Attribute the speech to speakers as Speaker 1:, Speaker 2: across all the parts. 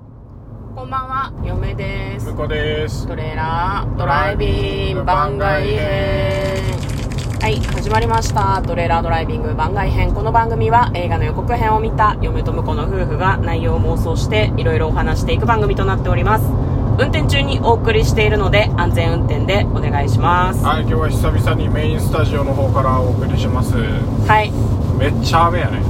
Speaker 1: こんばんは、嫁です
Speaker 2: 向。こうです
Speaker 1: トレーラードライビング番外編。はい、始まりました。トレーラードライビング番外編。この番組は映画の予告編を見た嫁と婿の夫婦が内容を妄想していろいろお話していく番組となっております。運転中にお送りしているので安全運転でお願いします。
Speaker 2: はい今日は久々にメインスタジオの方からお送りします
Speaker 1: はい、
Speaker 2: めっちゃ雨やね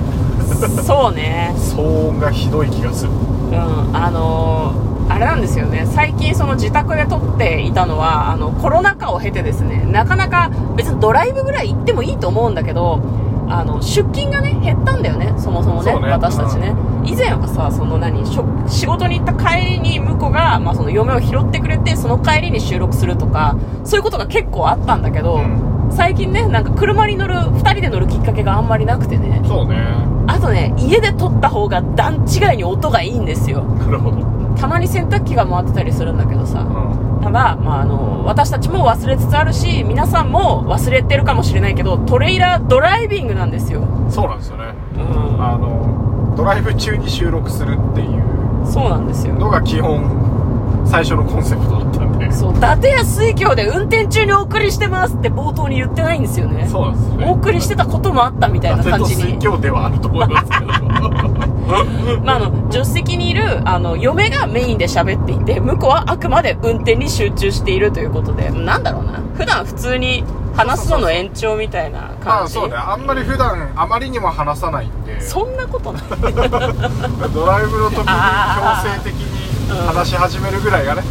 Speaker 1: そうね。
Speaker 2: 騒音がひどい気がする
Speaker 1: うん、あのーあれなんですよね最近その自宅で撮っていたのはあのコロナ禍を経てですねなかなか別にドライブぐらい行ってもいいと思うんだけどあの出勤がね減ったんだよねそもそもね
Speaker 2: そうね
Speaker 1: 私たちね、以前はさその何しょ仕事に行った帰りに向こうが、まあ、その嫁を拾ってくれてその帰りに収録するとかそういうことが結構あったんだけど、
Speaker 2: うん
Speaker 1: 最近ねなんか車に乗る2人で乗るきっかけがあんまりなくてね
Speaker 2: そうね
Speaker 1: あとね家で撮った方が段違いに音がいいんですよ
Speaker 2: なるほど、うん、
Speaker 1: たまに洗濯機が回ってたりするんだけどさただ、まあ、あの私たちも忘れつつあるし皆さんも忘れてるかもしれないけどトレーラードライビングなんですよ、
Speaker 2: そうなんですよね
Speaker 1: うん、
Speaker 2: あのドライブ中に収録するっていう
Speaker 1: そうなんですよ
Speaker 2: のが基本最初のコンセプトだったんで
Speaker 1: そう伊達や水郷で運転中にお送りしてますって冒頭に言ってないんですよね
Speaker 2: そうなんですよね
Speaker 1: お送りしてたこともあったみたいな感じ
Speaker 2: 伊達と
Speaker 1: に
Speaker 2: 水郷ではあると思いますけど
Speaker 1: まあ、あの助手席にいるあの嫁がメインで喋っていて向こうはあくまで運転に集中しているということでなんだろうな普段普通に話すのの延長みたいな
Speaker 2: ま
Speaker 1: 感
Speaker 2: あ
Speaker 1: じ
Speaker 2: そうねあんまり普段あまりにも話さないんで
Speaker 1: そんなことない
Speaker 2: ドライブの時に強制的に話し始めるぐらいがね、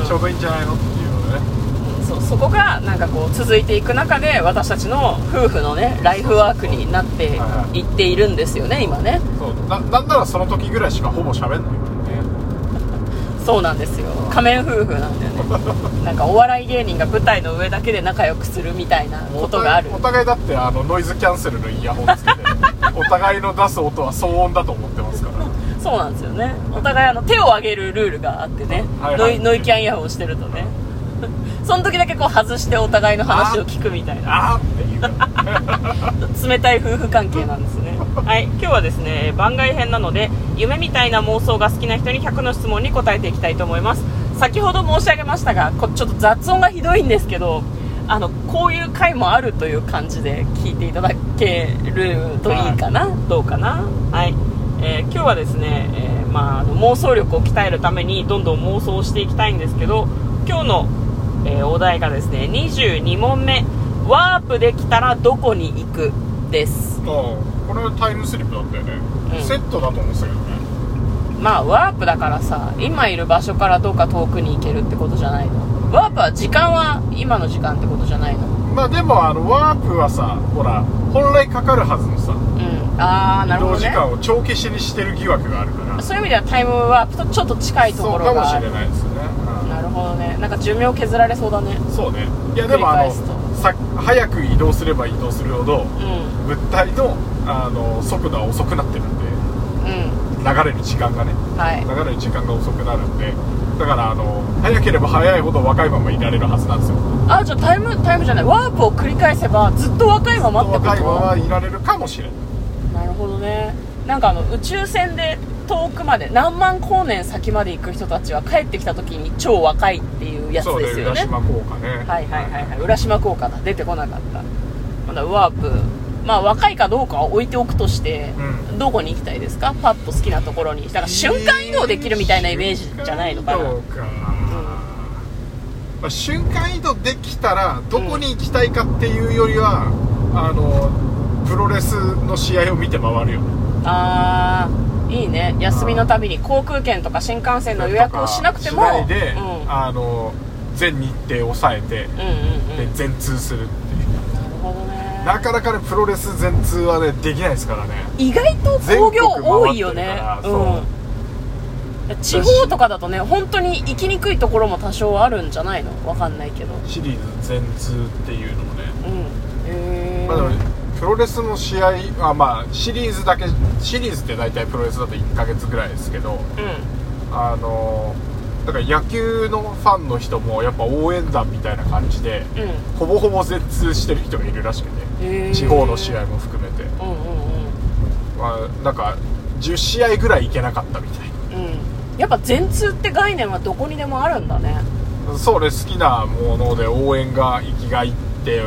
Speaker 1: うん
Speaker 2: ちょうどいいんじゃないのっていうのでね
Speaker 1: そうそこがなんかこう続いていく中で私たちの夫婦のねライフワークになっていっているんですよね今ね
Speaker 2: そうななんならその時ぐらいしかほぼ喋んないもんね
Speaker 1: そうなんですよ仮面夫婦なんだよねなんかお笑い芸人が舞台の上だけで仲良くするみたいなことがある
Speaker 2: お互いお互いだってあのノイズキャンセルのイヤホン つけてお互いの出す音は騒音だと思ってますから
Speaker 1: そうなんですよねお互いあの手を上げるルールがあってね、
Speaker 2: はいはい
Speaker 1: ノイノイキャンイヤホンをしてるとねその時だけこう外してお互いの話を聞くみたいな
Speaker 2: あーっていう
Speaker 1: 冷たい夫婦関係なんですねはい今日はですね番外編なので夢みたいな妄想が好きな人に100の質問に答えていきたいと思います先ほど申し上げましたがこちょっと雑音がひどいんですけどあのこういう回もあるという感じで聞いていただけるといいかな、どうかなはい、えー今日はですね、えーまあ、あの妄想力を鍛えるためにどんどん妄想をしていきたいんですけど今日の、えーお題がですね22問目ワープできたらどこに行くです
Speaker 2: これはタイムスリップだったよね、
Speaker 1: うん
Speaker 2: セットだと思うんですけどね
Speaker 1: まあワープだからさ今いる場所からどっか遠くに行けるってことじゃないのワープは時間は今の時間ってことじゃないの
Speaker 2: まあでもあのワープはさほら本来かかるはずのさ
Speaker 1: うんああな
Speaker 2: 移
Speaker 1: るほ
Speaker 2: 動
Speaker 1: ど
Speaker 2: 時
Speaker 1: ね
Speaker 2: 間を帳消しにしてる疑惑があるから
Speaker 1: そういう意味ではタイムワープとちょっと近いと
Speaker 2: そ
Speaker 1: こ
Speaker 2: うか
Speaker 1: ろ
Speaker 2: も
Speaker 1: が
Speaker 2: し
Speaker 1: あ
Speaker 2: れ
Speaker 1: る
Speaker 2: ないですね、うん
Speaker 1: なるほどねなんか寿命削られそうだね
Speaker 2: そうねいやでもあ
Speaker 1: 繰り返す
Speaker 2: のさ早く移動すれば移動するほど
Speaker 1: うん
Speaker 2: 物体のあの速度は遅くなってるんで
Speaker 1: う
Speaker 2: 流れる時間がね
Speaker 1: んはい
Speaker 2: 流れる時間が遅くなるんでだからあの早ければ早いほど若いままいられるはずなんですよ
Speaker 1: あじゃあタイムタイムじゃないワープを繰り返せばずっと若いままってこと
Speaker 2: 若いままいられるかもしれない
Speaker 1: なるほどねなんかあの宇宙船で遠くまで何万光年先まで行く人たちは帰ってきた時に超若いっていうやつ
Speaker 2: そうね
Speaker 1: ですよ
Speaker 2: 浦
Speaker 1: ね
Speaker 2: 島効果ね
Speaker 1: はいはいはいはい浦島効果だ出てこなかったまだワープまあ若いかどうかは置いておくとして、どこに行きたいですかパッと好きなところにだから瞬間移動できるみたいなイメージじゃないのかな、
Speaker 2: 瞬間移動かまあ瞬間移動できたらどこに行きたいかっていうよりは、あのプロレスの試合を見て回るよね
Speaker 1: あーいいね休みのたびに航空券とか新幹線の予約をしなくても
Speaker 2: しないで、
Speaker 1: うん、
Speaker 2: あの全日程抑えて、
Speaker 1: うんうんうん
Speaker 2: で全通するっていう
Speaker 1: なるほどね
Speaker 2: なかなかねプロレス全通はねできないですからね
Speaker 1: 意外と工業多いよね
Speaker 2: 全国回ってるから
Speaker 1: うん地方とかだとね本当に行きにくいところも多少あるんじゃないのわかんないけど
Speaker 2: シリーズ全通っていうのもね、
Speaker 1: うんへ
Speaker 2: まあでもプロレスの試合はまあシリーズだけシリーズって大体プロレスだと1ヶ月ぐらいですけどあのだから野球のファンの人もやっぱ応援団みたいな感じで
Speaker 1: うん
Speaker 2: ほぼほぼ全通してる人がいるらしくて
Speaker 1: うん
Speaker 2: 地方の試合も含めて、
Speaker 1: うんうんうん
Speaker 2: まあ、なんか10試合ぐらい行けなかったみたいな
Speaker 1: うんやっぱ全通って概念はどこにでもあるんだね
Speaker 2: それ好きなもので応援が生きがいって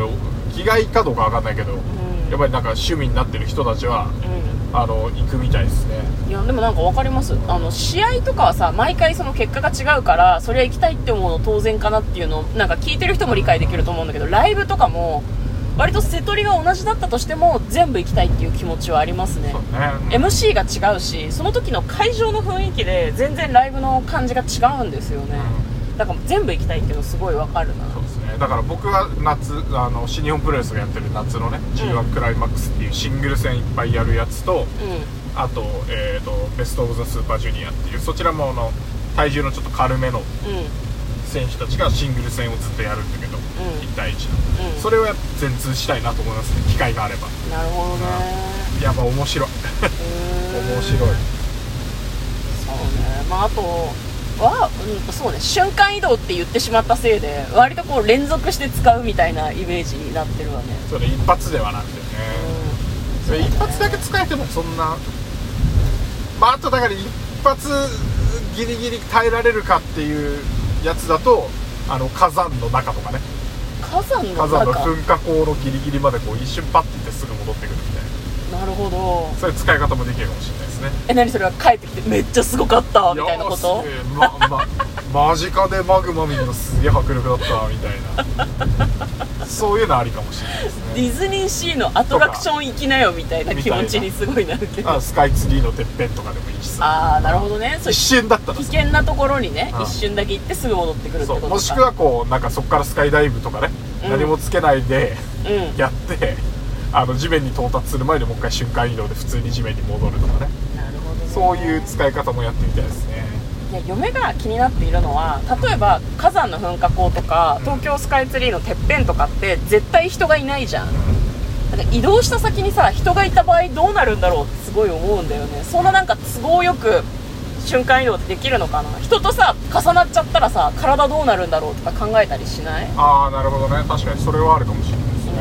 Speaker 2: 生きがいかどうか分かんないけど、
Speaker 1: ん
Speaker 2: やっぱりなんか趣味になってる人たちは
Speaker 1: う
Speaker 2: あの行くみたいですね
Speaker 1: んいやでもなんか分かりますあの試合とかはさ毎回その結果が違うからそれは行きたいって思うの当然かなっていうのをなんか聞いてる人も理解できると思うんだけどライブとかも割と瀬取りが同じだったとしても全部行きたいっていう気持ちはありますね
Speaker 2: そうね
Speaker 1: MC が違うしその時の会場の雰囲気で全然ライブの感じが違うんですよねだから全部行きたいっていうのすごいわかるな
Speaker 2: そうですねだから僕は夏あの新日本プロレスがやってる夏のね G1 クライマックスっていうシングル戦いっぱいやるやつと
Speaker 1: う
Speaker 2: あと,、えー、とベスト・オブ・ザ・スーパージュニアっていうそちらもあの体重のちょっと軽めの
Speaker 1: んうんうん
Speaker 2: 選手たちがシングル戦をずっとやるんだけど、1対1のそ
Speaker 1: れ
Speaker 2: れをやっぱ全通したいなと思いますね機会があれば
Speaker 1: なるほどね
Speaker 2: やっぱ面白い面白い
Speaker 1: そうねまああとは、うん、そうね瞬間移動って言ってしまったせいで割とこう連続して使うみたいなイメージになってるわね、
Speaker 2: それ一発ではなくてね
Speaker 1: う
Speaker 2: それ一発だけ使えてもそんなまああとだから一発ギリギリ耐えられるかっていうやつだとあの火山の中とかね
Speaker 1: ん、火山の
Speaker 2: 火
Speaker 1: 中
Speaker 2: 山の噴火口のギリギリまでこう一瞬パッていってすぐ戻ってくるみたいな
Speaker 1: なるほど
Speaker 2: そういう使い方もできるかもしれないですね
Speaker 1: え何それは帰ってきてめっちゃすごかったみたいなこ
Speaker 2: よ
Speaker 1: と
Speaker 2: ーしえーまま、間近でマグマ見るのすげえ迫力だったわみたいなそういうのありかもしれないです ね
Speaker 1: ディズニーシーのアトラクション行きなよみたいな気持ちにすごいなるけど
Speaker 2: あスカイツリーのてっぺんとかでもいいしさ
Speaker 1: ああなるほどねそう
Speaker 2: 一瞬だったら
Speaker 1: 危険なところにね
Speaker 2: うん
Speaker 1: 一瞬だけ行ってすぐ戻ってくるって
Speaker 2: そ
Speaker 1: こ
Speaker 2: う
Speaker 1: とか
Speaker 2: もしくはこうなんかそこからスカイダイブとかね、
Speaker 1: うん
Speaker 2: 何もつけないで
Speaker 1: うん
Speaker 2: やってあの地面に到達する前でもう一回瞬間移動で普通に地面に戻るとかね
Speaker 1: なるほどね
Speaker 2: そういう使い方もやってみたいですね
Speaker 1: いや嫁が気になっているのは例えば火山の噴火口とか東京スカイツリーのてっぺんとかって絶対人がいないじゃんなんか移動した先にさ人がいた場合どうなるんだろうってすごい思うんだよねそんななんか都合よく瞬間移動ってできるのかな人とさ重なっちゃったらさ体どうなるんだろうとか考えたりしない
Speaker 2: ああなるほどね確かにそれはあるかもしれないですね、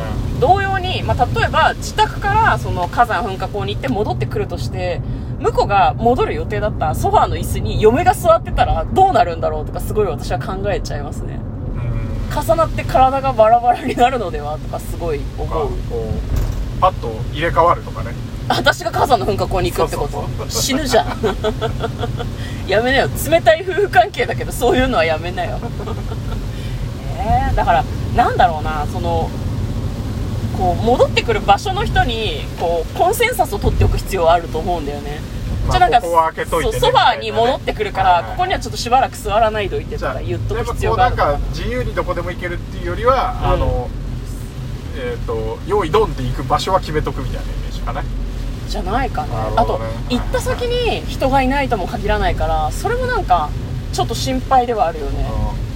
Speaker 1: 同様に、まあ、例えば自宅からその火山噴火口に行って戻ってくるとして向こうが戻る予定だったソファーの椅子に嫁が座ってたらどうなるんだろうとかすごい私は考えちゃいますね
Speaker 2: うん
Speaker 1: 重なって体がバラバラになるのではとかすごい思
Speaker 2: こ
Speaker 1: う
Speaker 2: うパッと入れ替わるとかね
Speaker 1: 私が火山の噴火口に行くってこと
Speaker 2: そうそうそう
Speaker 1: 死ぬじゃん やめなよ冷たい夫婦関係だけどそういうのはやめなよえーだからなんだろうなそのこう戻ってくる場所の人にこうコンセンサスを取っておく必要はあると思うんだよね、
Speaker 2: まあ
Speaker 1: じゃあなんか
Speaker 2: ここは開けといてね
Speaker 1: そうソファーに戻ってくるから、
Speaker 2: みたいなね
Speaker 1: ここにはちょっとしばらく座らないでおいてと
Speaker 2: じゃ
Speaker 1: か
Speaker 2: あ
Speaker 1: 言っと
Speaker 2: やっ
Speaker 1: く
Speaker 2: ぱ
Speaker 1: 必
Speaker 2: こ
Speaker 1: 要
Speaker 2: う
Speaker 1: があ
Speaker 2: な
Speaker 1: る
Speaker 2: ん
Speaker 1: のかな
Speaker 2: か自由にどこでも行けるっていうよりは、あのえっ、と用意ドンって行く場所は決めとくみたいなイメージかね
Speaker 1: じゃないかね
Speaker 2: なる
Speaker 1: あ
Speaker 2: ほ
Speaker 1: と
Speaker 2: どね
Speaker 1: 行った先に人がいないとも限らないからそれもなんかちょっと心配ではあるよね、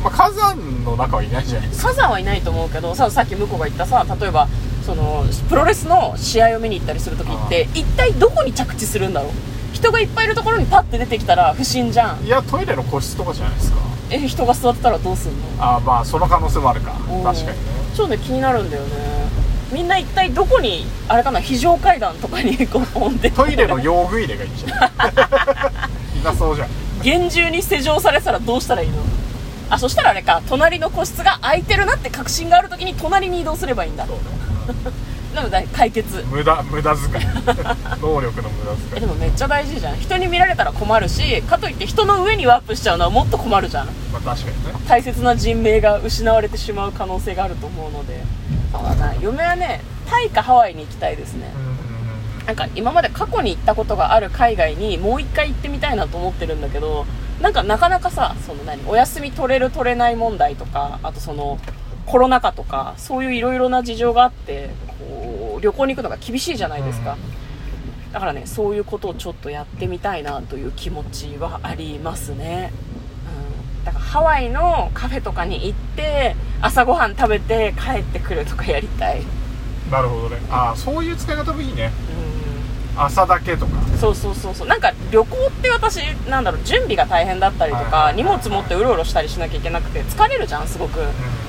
Speaker 2: まあ、火山の中はいないじゃないですか
Speaker 1: サザンはいないと思うけどささっき向こうが言ったさ例えばそのプロレスの試合を見に行ったりするときって一体どこに着地するんだろう人がいっぱいいるところにパッて出てきたら不審じゃん
Speaker 2: いやトイレの個室とかじゃないですか
Speaker 1: え人が座ってたらどうすんの
Speaker 2: ああまあその可能性もあるか
Speaker 1: うん
Speaker 2: 確かにね
Speaker 1: ちょっとね気になるんだよねみんな一体どこにあれかな非常階段とかに こう飛んで
Speaker 2: トイレの用具入れがいい じゃんいなそうじゃん
Speaker 1: 厳重に施錠されてたらどうしたらいいのあそしたらあれか隣の個室が空いてるなって確信があるときに隣に移動すればいいんだ
Speaker 2: そうね
Speaker 1: なので解決
Speaker 2: 無駄無駄 遣い能力の無駄
Speaker 1: え
Speaker 2: 遣い
Speaker 1: でもめっちゃ大事じゃん人に見られたら困るしかといって人の上にワープしちゃうのはもっと困るじゃん
Speaker 2: まあ確かにね
Speaker 1: 大切な人命が失われてしまう可能性があると思うのでそうだな嫁はねタイかハワイに行きたいですね
Speaker 2: うんうんうん
Speaker 1: なんか今まで過去に行ったことがある海外にもう一回行ってみたいなと思ってるんだけどなんかなかなかさその何お休み取れる取れない問題とかあとそのコロナ禍とかそういういろいろな事情があってこう旅行に行くのが厳しいじゃないですか、だからねそういうことをちょっとやってみたいなという気持ちはありますね、うん、だからハワイのカフェとかに行って朝ごはん食べて帰ってくるとかやりたい、う
Speaker 2: なるほどねああそういう使い方もいいね
Speaker 1: ん
Speaker 2: 朝だけとか
Speaker 1: そうそうそうそうなんか旅行って私なんだろう準備が大変だったりとか
Speaker 2: はい
Speaker 1: 荷物持ってうろうろしたりしなきゃいけなくて疲れるじゃんすごく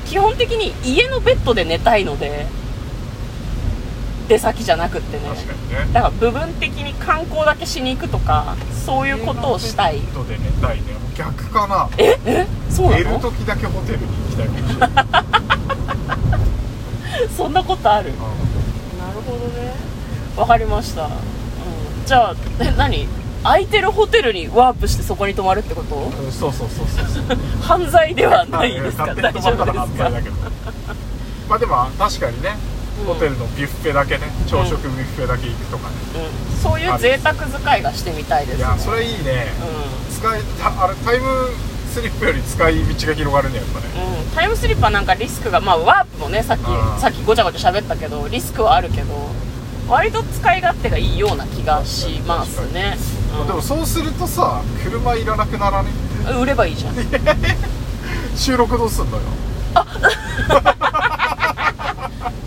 Speaker 1: 基本的に家のベッドで寝たいので出先じゃなくってね
Speaker 2: 確かにね
Speaker 1: だから部分的に観光だけしに行くとかそういうことをしたい
Speaker 2: デートでねないね逆かな
Speaker 1: ええそうな
Speaker 2: 寝る
Speaker 1: の
Speaker 2: 時だけホテルに行きたいかもしれないうん
Speaker 1: そんなことあるなるほどねわかりました、うん、じゃあえ何空いてるホテルにワープしてそこに泊まるってこと
Speaker 2: うんそうそうそうそうそう
Speaker 1: 犯罪ではないですか
Speaker 2: 勝手
Speaker 1: 大
Speaker 2: に泊
Speaker 1: 丈
Speaker 2: まった
Speaker 1: 夫で
Speaker 2: ら
Speaker 1: す
Speaker 2: 反対
Speaker 1: か
Speaker 2: だけどまあでも確かにね
Speaker 1: うん
Speaker 2: ホテルのビュッフェだけね朝食ビュッフェだけ行くとかね、
Speaker 1: うんそういう贅沢使いがしてみたいです
Speaker 2: い
Speaker 1: ね
Speaker 2: やそれいいね、使いたあれタイムスリップより使い道が広がるねやっぱね
Speaker 1: うんうん、タイムスリッパなんかリスクがまあワープもねさっき
Speaker 2: うん
Speaker 1: さっきごちゃごちゃ喋ったけどリスクはあるけど割と使い勝手がいいような気がしますね、
Speaker 2: まあでもそうするとさ車いらなくならね
Speaker 1: うん、売ればいいじゃん
Speaker 2: 収録どうすんのよ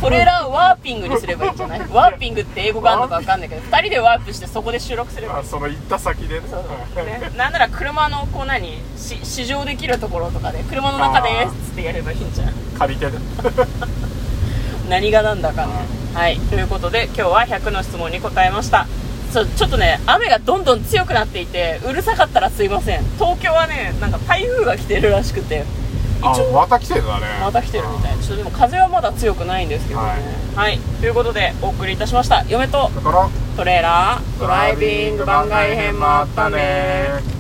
Speaker 1: トレーラーをワーピングにすればいいんじゃないワーピングって英語があるのかわかんないけど2人でワープしてそこで収録すればい
Speaker 2: あ
Speaker 1: い
Speaker 2: その行った先でね
Speaker 1: そうそうねなんなら車のこう何し試乗できるところとかで車の中ですっつってやればいいんじゃん
Speaker 2: 借りてね
Speaker 1: 何がなんだかねはいということで今日は100の質問に答えましたそうちょっとね雨がどんどん強くなっていてうるさかったらすいません東京はねなんか台風が来てるらしくて
Speaker 2: あ
Speaker 1: 一応
Speaker 2: また来てるんだね
Speaker 1: また来てるみたいちょっとでも風はまだ強くないんですけどねはい、ということでお送りいたしました嫁と
Speaker 2: だから
Speaker 1: トレーラードライビング番外編もあったね